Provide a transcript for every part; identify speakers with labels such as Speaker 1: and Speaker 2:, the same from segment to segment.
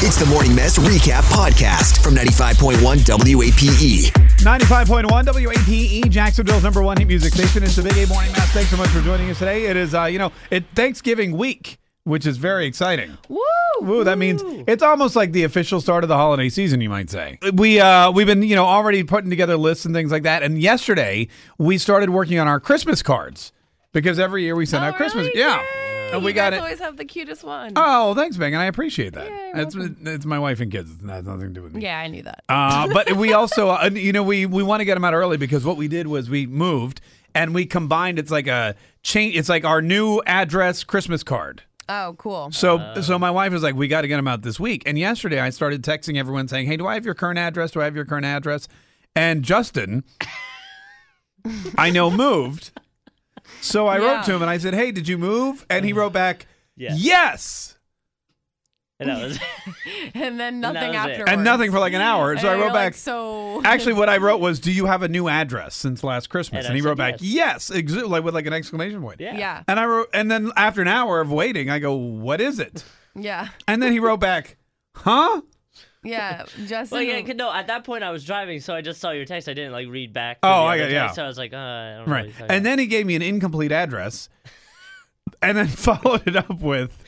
Speaker 1: It's the Morning Mess Recap Podcast from 95.1 WAPE.
Speaker 2: 95.1 WAPE, E, Jacksonville's number one hit music station. It's the Big A Morning Mass. Thanks so much for joining us today. It is, uh, you know, it Thanksgiving week, which is very exciting.
Speaker 3: Woo!
Speaker 2: Ooh, that means it's almost like the official start of the holiday season, you might say. We uh, we've been you know already putting together lists and things like that. And yesterday we started working on our Christmas cards because every year we send out Christmas. Yeah, and we
Speaker 3: you
Speaker 2: got
Speaker 3: guys
Speaker 2: it.
Speaker 3: Always have the cutest one.
Speaker 2: Oh, thanks, Megan. I appreciate that.
Speaker 3: Yeah, you're
Speaker 2: it's, it's my wife and kids. It has nothing to do with me.
Speaker 3: yeah, I knew that.
Speaker 2: Uh, but we also, uh, you know, we we want to get them out early because what we did was we moved and we combined. It's like a change. It's like our new address Christmas card.
Speaker 3: oh, cool.
Speaker 2: So so my wife was like, we got to get them out this week. And yesterday I started texting everyone saying, hey, do I have your current address? Do I have your current address? And Justin, I know moved. So I
Speaker 3: Yeah. Mm.
Speaker 2: wrote to him and I said, hey, did you move? And he wrote back,
Speaker 4: Yeah.
Speaker 2: yes.
Speaker 4: And that was
Speaker 3: And then
Speaker 4: that
Speaker 3: nothing
Speaker 4: was it.
Speaker 3: afterwards.
Speaker 2: And nothing for like an hour. So I
Speaker 3: And you're
Speaker 2: wrote back. "Ah,
Speaker 3: like, so
Speaker 2: Actually, what I wrote was, "Do you have a new address since last Christmas?"
Speaker 4: And
Speaker 2: And,
Speaker 4: I
Speaker 2: he
Speaker 4: said
Speaker 2: wrote back, "Yes," ex- like with like an exclamation point.
Speaker 4: yeah.
Speaker 3: yeah,
Speaker 2: And I wrote, and then after an hour of waiting, I go, "What is it?"
Speaker 3: yeah,
Speaker 2: And then he wrote back, "Huh?"
Speaker 4: Oh,
Speaker 3: yeah. Justin,
Speaker 4: Well, yeah, 'cause no. At that point, I was driving, so I just saw your text. I didn't like read back.
Speaker 2: Oh, I
Speaker 4: I
Speaker 2: got- yeah.
Speaker 4: So I was like, uh, I don't know
Speaker 2: Right. And then he gave me an incomplete address, and then followed it up with,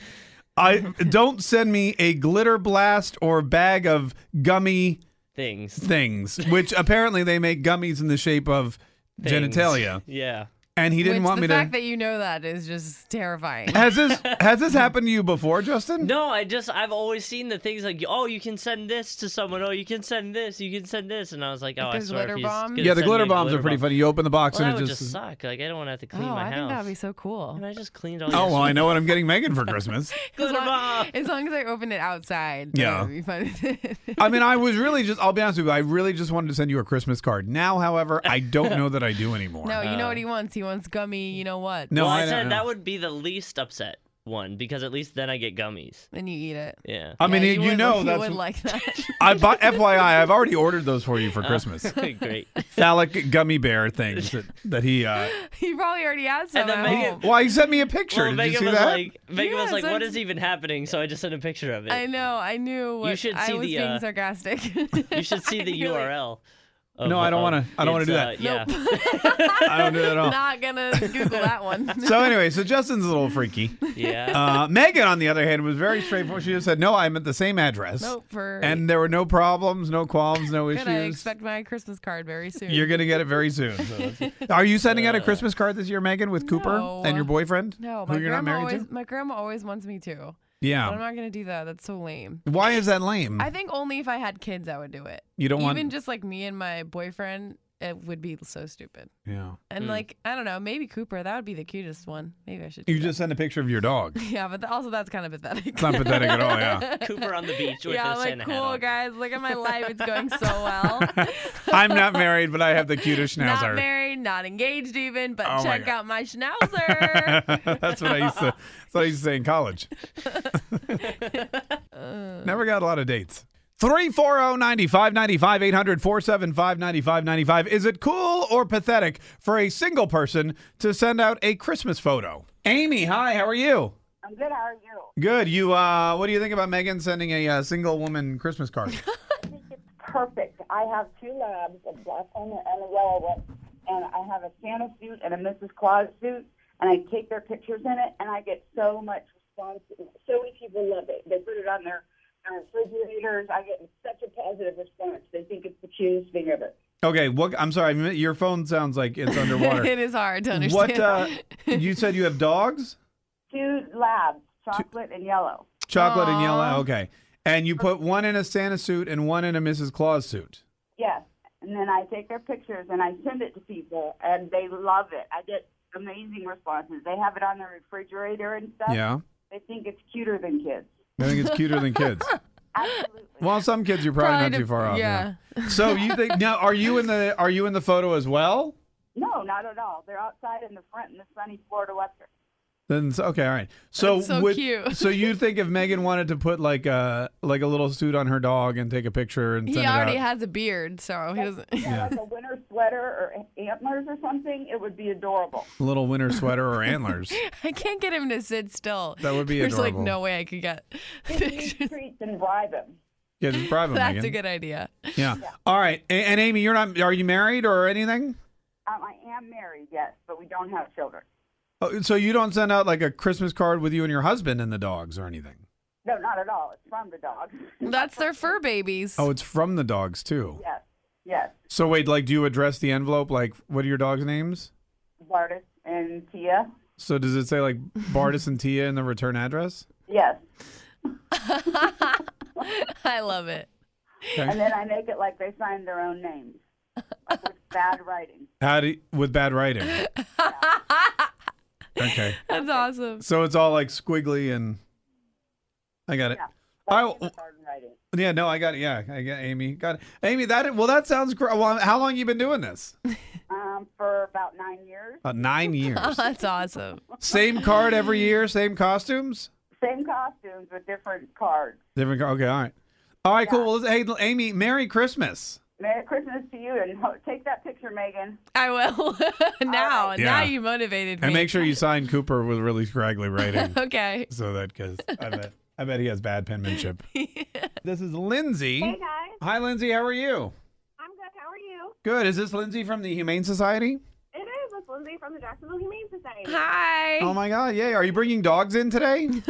Speaker 2: "I don't send me a glitter blast or bag of gummy
Speaker 4: things.
Speaker 2: things, which apparently they make gummies in the shape of
Speaker 4: Things.
Speaker 2: genitalia."
Speaker 4: Yeah.
Speaker 2: And he didn't
Speaker 3: which
Speaker 2: want
Speaker 3: the
Speaker 2: me to.
Speaker 3: fact that you know that is just terrifying.
Speaker 2: has this has this happened to you before, Justin?
Speaker 4: No, I just I've always seen the things like oh you can send this to someone oh you can send this you can send this and I was like oh I
Speaker 3: there's
Speaker 4: swear if
Speaker 3: glitter
Speaker 4: he's
Speaker 3: bombs?
Speaker 4: gonna
Speaker 2: Yeah, the
Speaker 4: send
Speaker 2: glitter
Speaker 4: me a
Speaker 2: bombs
Speaker 4: glitter
Speaker 2: are pretty
Speaker 4: bomb-
Speaker 2: funny. You open the box
Speaker 4: Well, that
Speaker 2: and it
Speaker 4: would
Speaker 2: just.
Speaker 4: just suck. Like I don't want to have to
Speaker 3: oh,
Speaker 4: clean my
Speaker 3: I think
Speaker 4: house.
Speaker 3: that'd be so cool.
Speaker 4: And I just cleaned all.
Speaker 2: oh,
Speaker 4: your
Speaker 2: well, I know what I'm getting Megan for Christmas.
Speaker 4: glitter
Speaker 3: as, long,
Speaker 4: bomb.
Speaker 3: as long as I open it outside,
Speaker 2: Yeah.
Speaker 3: yeah, be fun.
Speaker 2: I mean, I was really just, I'll be honest with you, I really just wanted to send you a Christmas card. Now, however, I don't know that I do anymore.
Speaker 3: no, you know what he wants. He wants gummy. You know what?
Speaker 2: No,
Speaker 4: well,
Speaker 2: I
Speaker 4: I
Speaker 2: don't
Speaker 4: said
Speaker 2: know.
Speaker 4: that would be the least upset one because at least then I get gummies.
Speaker 3: Then you eat it.
Speaker 4: Yeah.
Speaker 2: I mean,
Speaker 3: Yeah,
Speaker 2: you,
Speaker 3: would,
Speaker 2: know,
Speaker 3: you
Speaker 2: that's.
Speaker 3: would like that.
Speaker 2: I bought, FYI, I've already ordered those for you for Christmas.
Speaker 4: Great.
Speaker 2: Phallic gummy bear things that, that he, uh, oh,
Speaker 3: he probably already has some
Speaker 4: And then
Speaker 3: at
Speaker 4: make it-
Speaker 3: home.
Speaker 2: well, he sent me a picture.
Speaker 4: Well,
Speaker 2: Did
Speaker 4: Megan
Speaker 2: you see
Speaker 4: was
Speaker 2: that?
Speaker 4: like, Megan was
Speaker 3: Yes,
Speaker 4: like, what
Speaker 3: I'm-
Speaker 4: is even happening? So I just sent a picture of it.
Speaker 3: I know. I knew. What,
Speaker 4: should
Speaker 3: I
Speaker 4: see
Speaker 3: was
Speaker 4: the,
Speaker 3: being
Speaker 4: uh,
Speaker 3: sarcastic.
Speaker 4: You should see the URL. of,
Speaker 2: No, I don't
Speaker 4: um,
Speaker 2: wanna- I don't wanna
Speaker 4: it's,
Speaker 2: do
Speaker 4: uh,
Speaker 2: that.
Speaker 4: yeah.
Speaker 2: I don't do that at all.
Speaker 3: Not gonna Google that one.
Speaker 2: So, anyway, so Justin's a little freaky.
Speaker 4: yeah.
Speaker 2: Uh, Megan, on the other hand, was very straightforward. She just said, no, I'm at the same address.
Speaker 3: nope. For
Speaker 2: And there were no problems, no qualms, no
Speaker 3: good, I
Speaker 2: issues.
Speaker 3: expect my Christmas card very soon.
Speaker 2: You're gonna get it very soon. Are you sending out a Christmas card this year, Megan, with Cooper
Speaker 3: Uh, No. uh,
Speaker 2: and your boyfriend?
Speaker 3: no,
Speaker 2: who
Speaker 3: my
Speaker 2: you're
Speaker 3: grandma
Speaker 2: not married
Speaker 3: always
Speaker 2: to? Oh.
Speaker 3: my grandma always wants me to. But I'm
Speaker 2: Yeah.
Speaker 3: not gonna do that. That's so lame.
Speaker 2: Why is that lame?
Speaker 3: I think only if I had kids I would do it.
Speaker 2: you Hmm. don't
Speaker 3: Even
Speaker 2: want.
Speaker 3: just like me and my boyfriend, it would be so stupid.
Speaker 2: yeah.
Speaker 3: And like I don't know, maybe Cooper. That would be the cutest one. Maybe I should. Do
Speaker 2: You
Speaker 3: that.
Speaker 2: just send a picture of your dog.
Speaker 3: yeah, but th- also that's kind of pathetic.
Speaker 2: It's not pathetic at all. Yeah.
Speaker 4: Cooper on the beach with
Speaker 3: yeah,
Speaker 4: a
Speaker 3: like
Speaker 4: Santa hat
Speaker 3: cool
Speaker 4: on.
Speaker 3: guys. Look at my life; it's going so well.
Speaker 2: I'm not married, but I have the cutest
Speaker 3: not
Speaker 2: schnauzer.
Speaker 3: married, not engaged even, but
Speaker 2: Oh my
Speaker 3: check
Speaker 2: God.
Speaker 3: out my schnauzer.
Speaker 2: that's what I used to. That's what I used to say in college. Never got a lot of dates. oh, 340-9595, 800 475 9595. Is it cool or pathetic for a single person to send out a Christmas photo? Amy, hi, how are you?
Speaker 5: I'm good. How are you?
Speaker 2: Good. You uh what do you think about Megan sending a uh, single woman Christmas card?
Speaker 5: I think it's perfect. I have two labs, a black one and a yellow one, and I have a Santa suit and a Mrs. Claus suit, and I take their pictures in it, and I get so much response. So many people love it. They put it on their, their refrigerators. I get such a positive response. They think it's the cutest thing ever.
Speaker 2: okay, what I'm sorry, m- your phone sounds like it's underwater.
Speaker 3: it is hard to understand.
Speaker 2: what uh you said you have dogs?
Speaker 5: Two labs, chocolate and yellow.
Speaker 2: Chocolate and
Speaker 3: Aw.
Speaker 2: yellow. Okay. And you put one in a Santa suit and one in a Mrs. Claus suit.
Speaker 5: Yes. And then I take their pictures and I send it to people, and they love it. I get amazing responses. They have it on their refrigerator and stuff.
Speaker 2: Yeah.
Speaker 5: They think it's cuter than kids.
Speaker 2: I think it's cuter than kids.
Speaker 5: Absolutely.
Speaker 2: Well, some kids you're probably,
Speaker 3: Probably
Speaker 2: not
Speaker 3: to-
Speaker 2: too far off.
Speaker 3: yeah.
Speaker 2: So you think now are you in the are you in the photo as well?
Speaker 5: No, not at all. They're outside in the front in the sunny Florida weather.
Speaker 2: Then s- okay, all right. So
Speaker 3: That's so
Speaker 2: would-
Speaker 3: cute.
Speaker 2: so you think if Megan wanted to put like a like a little suit on her dog and take a picture and
Speaker 3: He
Speaker 2: send it
Speaker 3: already
Speaker 2: out?
Speaker 3: has a beard, so he doesn't.
Speaker 2: Yeah.
Speaker 5: Like a winter sweater or antlers or something, it would be adorable.
Speaker 2: a little winter sweater or antlers.
Speaker 3: I can't get him to sit still.
Speaker 2: That would be
Speaker 3: There's
Speaker 2: adorable.
Speaker 3: like no way I could get
Speaker 5: Give him
Speaker 3: pictures.
Speaker 5: treats and bribe him.
Speaker 2: Yeah, just bribe him,
Speaker 3: That's
Speaker 2: Megan.
Speaker 3: a good idea.
Speaker 2: yeah. All right. A- And, Amy, you're not are you married or anything?
Speaker 5: Um, I am married, yes, but we don't have children.
Speaker 2: Oh, so you don't send out like a Christmas card with you and your husband and the dogs or anything?
Speaker 5: No, not at all. It's from the dog.
Speaker 3: That's their fur babies.
Speaker 2: Oh, it's from the dogs too.
Speaker 5: yes, yes.
Speaker 2: So wait, like do you address the envelope like what are your dogs' names?
Speaker 5: Bartis and Tia.
Speaker 2: So does it say like Bartis and Tia in the return address?
Speaker 5: Yes.
Speaker 3: I love it.
Speaker 5: And then I make it like they signed their own names. Like with bad writing.
Speaker 2: How do you, with bad writing? okay.
Speaker 3: That's awesome.
Speaker 2: So it's all like squiggly and I got it. I
Speaker 5: Like
Speaker 2: w-
Speaker 5: hard writing.
Speaker 2: yeah, no, I got it. Yeah, I got Amy. Got it. Amy, that well that sounds great. Well, how long you been doing this?
Speaker 5: Um, for about nine years.
Speaker 2: About 9 years.
Speaker 3: That's awesome.
Speaker 2: same card every year, same costumes?
Speaker 5: Same costumes with different cards.
Speaker 2: Different card. Okay, all right. All right, cool. Well, listen- hey Amy, Merry Christmas.
Speaker 5: Merry Christmas to you, and ho- take that picture, Megan.
Speaker 3: I will. now,
Speaker 2: Yeah.
Speaker 3: now you motivated me.
Speaker 2: And make sure you sign Cooper with really scraggly writing.
Speaker 3: Okay.
Speaker 2: So that because I bet I bet he has bad penmanship. this is Lindsay.
Speaker 6: Hey guys,
Speaker 2: Hi, Lindsay. How are you?
Speaker 6: I'm good. How are you?
Speaker 2: Good. Is this Lindsay from the Humane Society?
Speaker 6: It is. It's Lindsay from the Jacksonville Humane Society.
Speaker 3: Hi.
Speaker 2: Oh my God! Yay! Are you bringing dogs in today?
Speaker 6: um,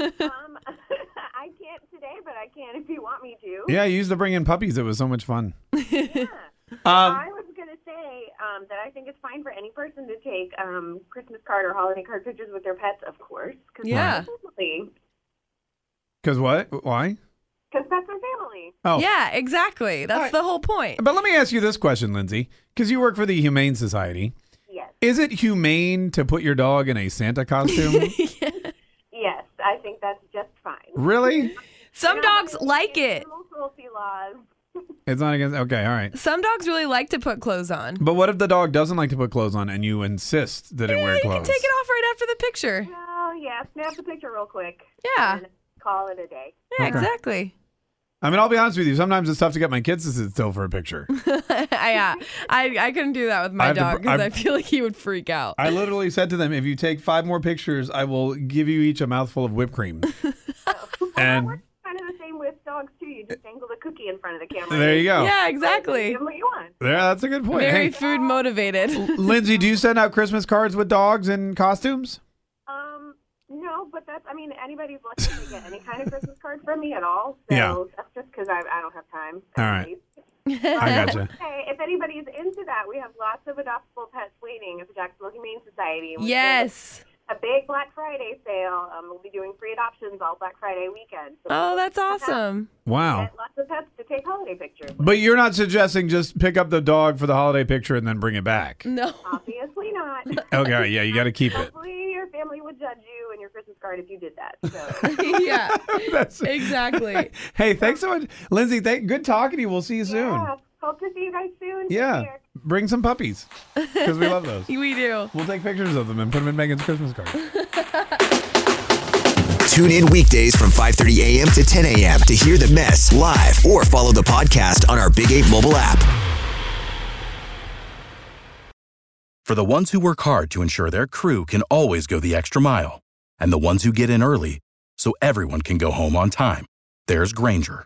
Speaker 6: I can't today, but I can if you want me to.
Speaker 2: yeah, you used to bring in puppies. It was so much fun. um,
Speaker 6: I was gonna say um, that I think it's fine for any person to take um, Christmas card or holiday card pictures with their pets, of course, because
Speaker 3: Yeah.
Speaker 6: family.
Speaker 2: cause what? Why?
Speaker 6: Because pets are family.
Speaker 2: Oh,
Speaker 3: Yeah, exactly. That's the whole point.
Speaker 2: But let me ask you this question, Lindsay, because you work for the Humane Society.
Speaker 6: Yes,
Speaker 2: Is it humane to put your dog in a Santa costume?
Speaker 6: yes, I think that's just fine.
Speaker 2: really?
Speaker 3: Some dogs like it.
Speaker 6: Animal cruelty laws.
Speaker 2: It's not against. Okay, all right.
Speaker 3: Some dogs really like to put clothes on.
Speaker 2: But what if the dog doesn't like to put clothes on and you insist that it
Speaker 3: Yeah,
Speaker 2: wear
Speaker 3: you
Speaker 2: clothes?
Speaker 3: can take it off right after the picture.
Speaker 6: Oh yeah, snap the picture real quick.
Speaker 3: Yeah.
Speaker 6: And call it a day.
Speaker 3: Yeah,
Speaker 2: Okay.
Speaker 3: exactly.
Speaker 2: I mean, I'll be honest with you. Sometimes it's tough to get my kids to sit still for a picture.
Speaker 3: I, yeah, I, I couldn't do that with
Speaker 2: I
Speaker 3: my
Speaker 2: have to
Speaker 3: dog
Speaker 2: br-
Speaker 3: because
Speaker 2: I-
Speaker 3: I feel like he would freak out.
Speaker 2: I literally said to them, "If you take five more pictures, I will give you each a mouthful of whipped cream." and
Speaker 6: Kind of the same with dogs too. You just dangle the cookie in front of the camera.
Speaker 2: there you go.
Speaker 3: yeah,
Speaker 6: Give
Speaker 3: exactly.
Speaker 6: 'em what you want.
Speaker 2: There, that's a good point.
Speaker 3: Very
Speaker 2: Hey,
Speaker 3: food motivated.
Speaker 2: Lindsay, do you send out Christmas cards with dogs and costumes?
Speaker 6: Um, no, but that's, I mean, anybody's lucky to get any kind of Christmas card from me at all. So
Speaker 2: Yeah.
Speaker 6: that's just because I, I don't have time.
Speaker 2: All right. I gotcha.
Speaker 6: Hey, if anybody's into that, we have lots of adoptable pets waiting at the Jacksonville Humane Society. We
Speaker 3: yes.
Speaker 6: have A big Black Friday sale. Um, we'll be doing free adoptions all Black Friday weekend. So
Speaker 3: Oh, that's
Speaker 6: lots of pets.
Speaker 3: awesome.
Speaker 2: Wow.
Speaker 6: Get lots of pets to take holiday pictures. with.
Speaker 2: But you're not suggesting just pick up the dog for the holiday picture and then bring it back.
Speaker 3: No.
Speaker 6: Obviously not.
Speaker 2: Okay, all right, yeah, you got to keep it.
Speaker 6: Hopefully, your family would judge you and your Christmas card if you did that. So,
Speaker 3: yeah,
Speaker 2: That's-
Speaker 3: exactly.
Speaker 2: hey, thanks so much, Lindsay. Thank, good talking to you. We'll see you soon.
Speaker 6: yeah. Hope to see you guys soon. Take
Speaker 2: Yeah.
Speaker 6: care.
Speaker 2: Bring some puppies because we love those.
Speaker 3: We do.
Speaker 2: We'll take pictures of them and put them in Megan's Christmas card.
Speaker 1: Tune in weekdays from 5:30 a.m. to 10 a.m. to hear the mess live or follow the podcast on our Big 8 mobile app.
Speaker 7: For the ones who work hard to ensure their crew can always go the extra mile, and the ones who get in early so everyone can go home on time, there's Granger,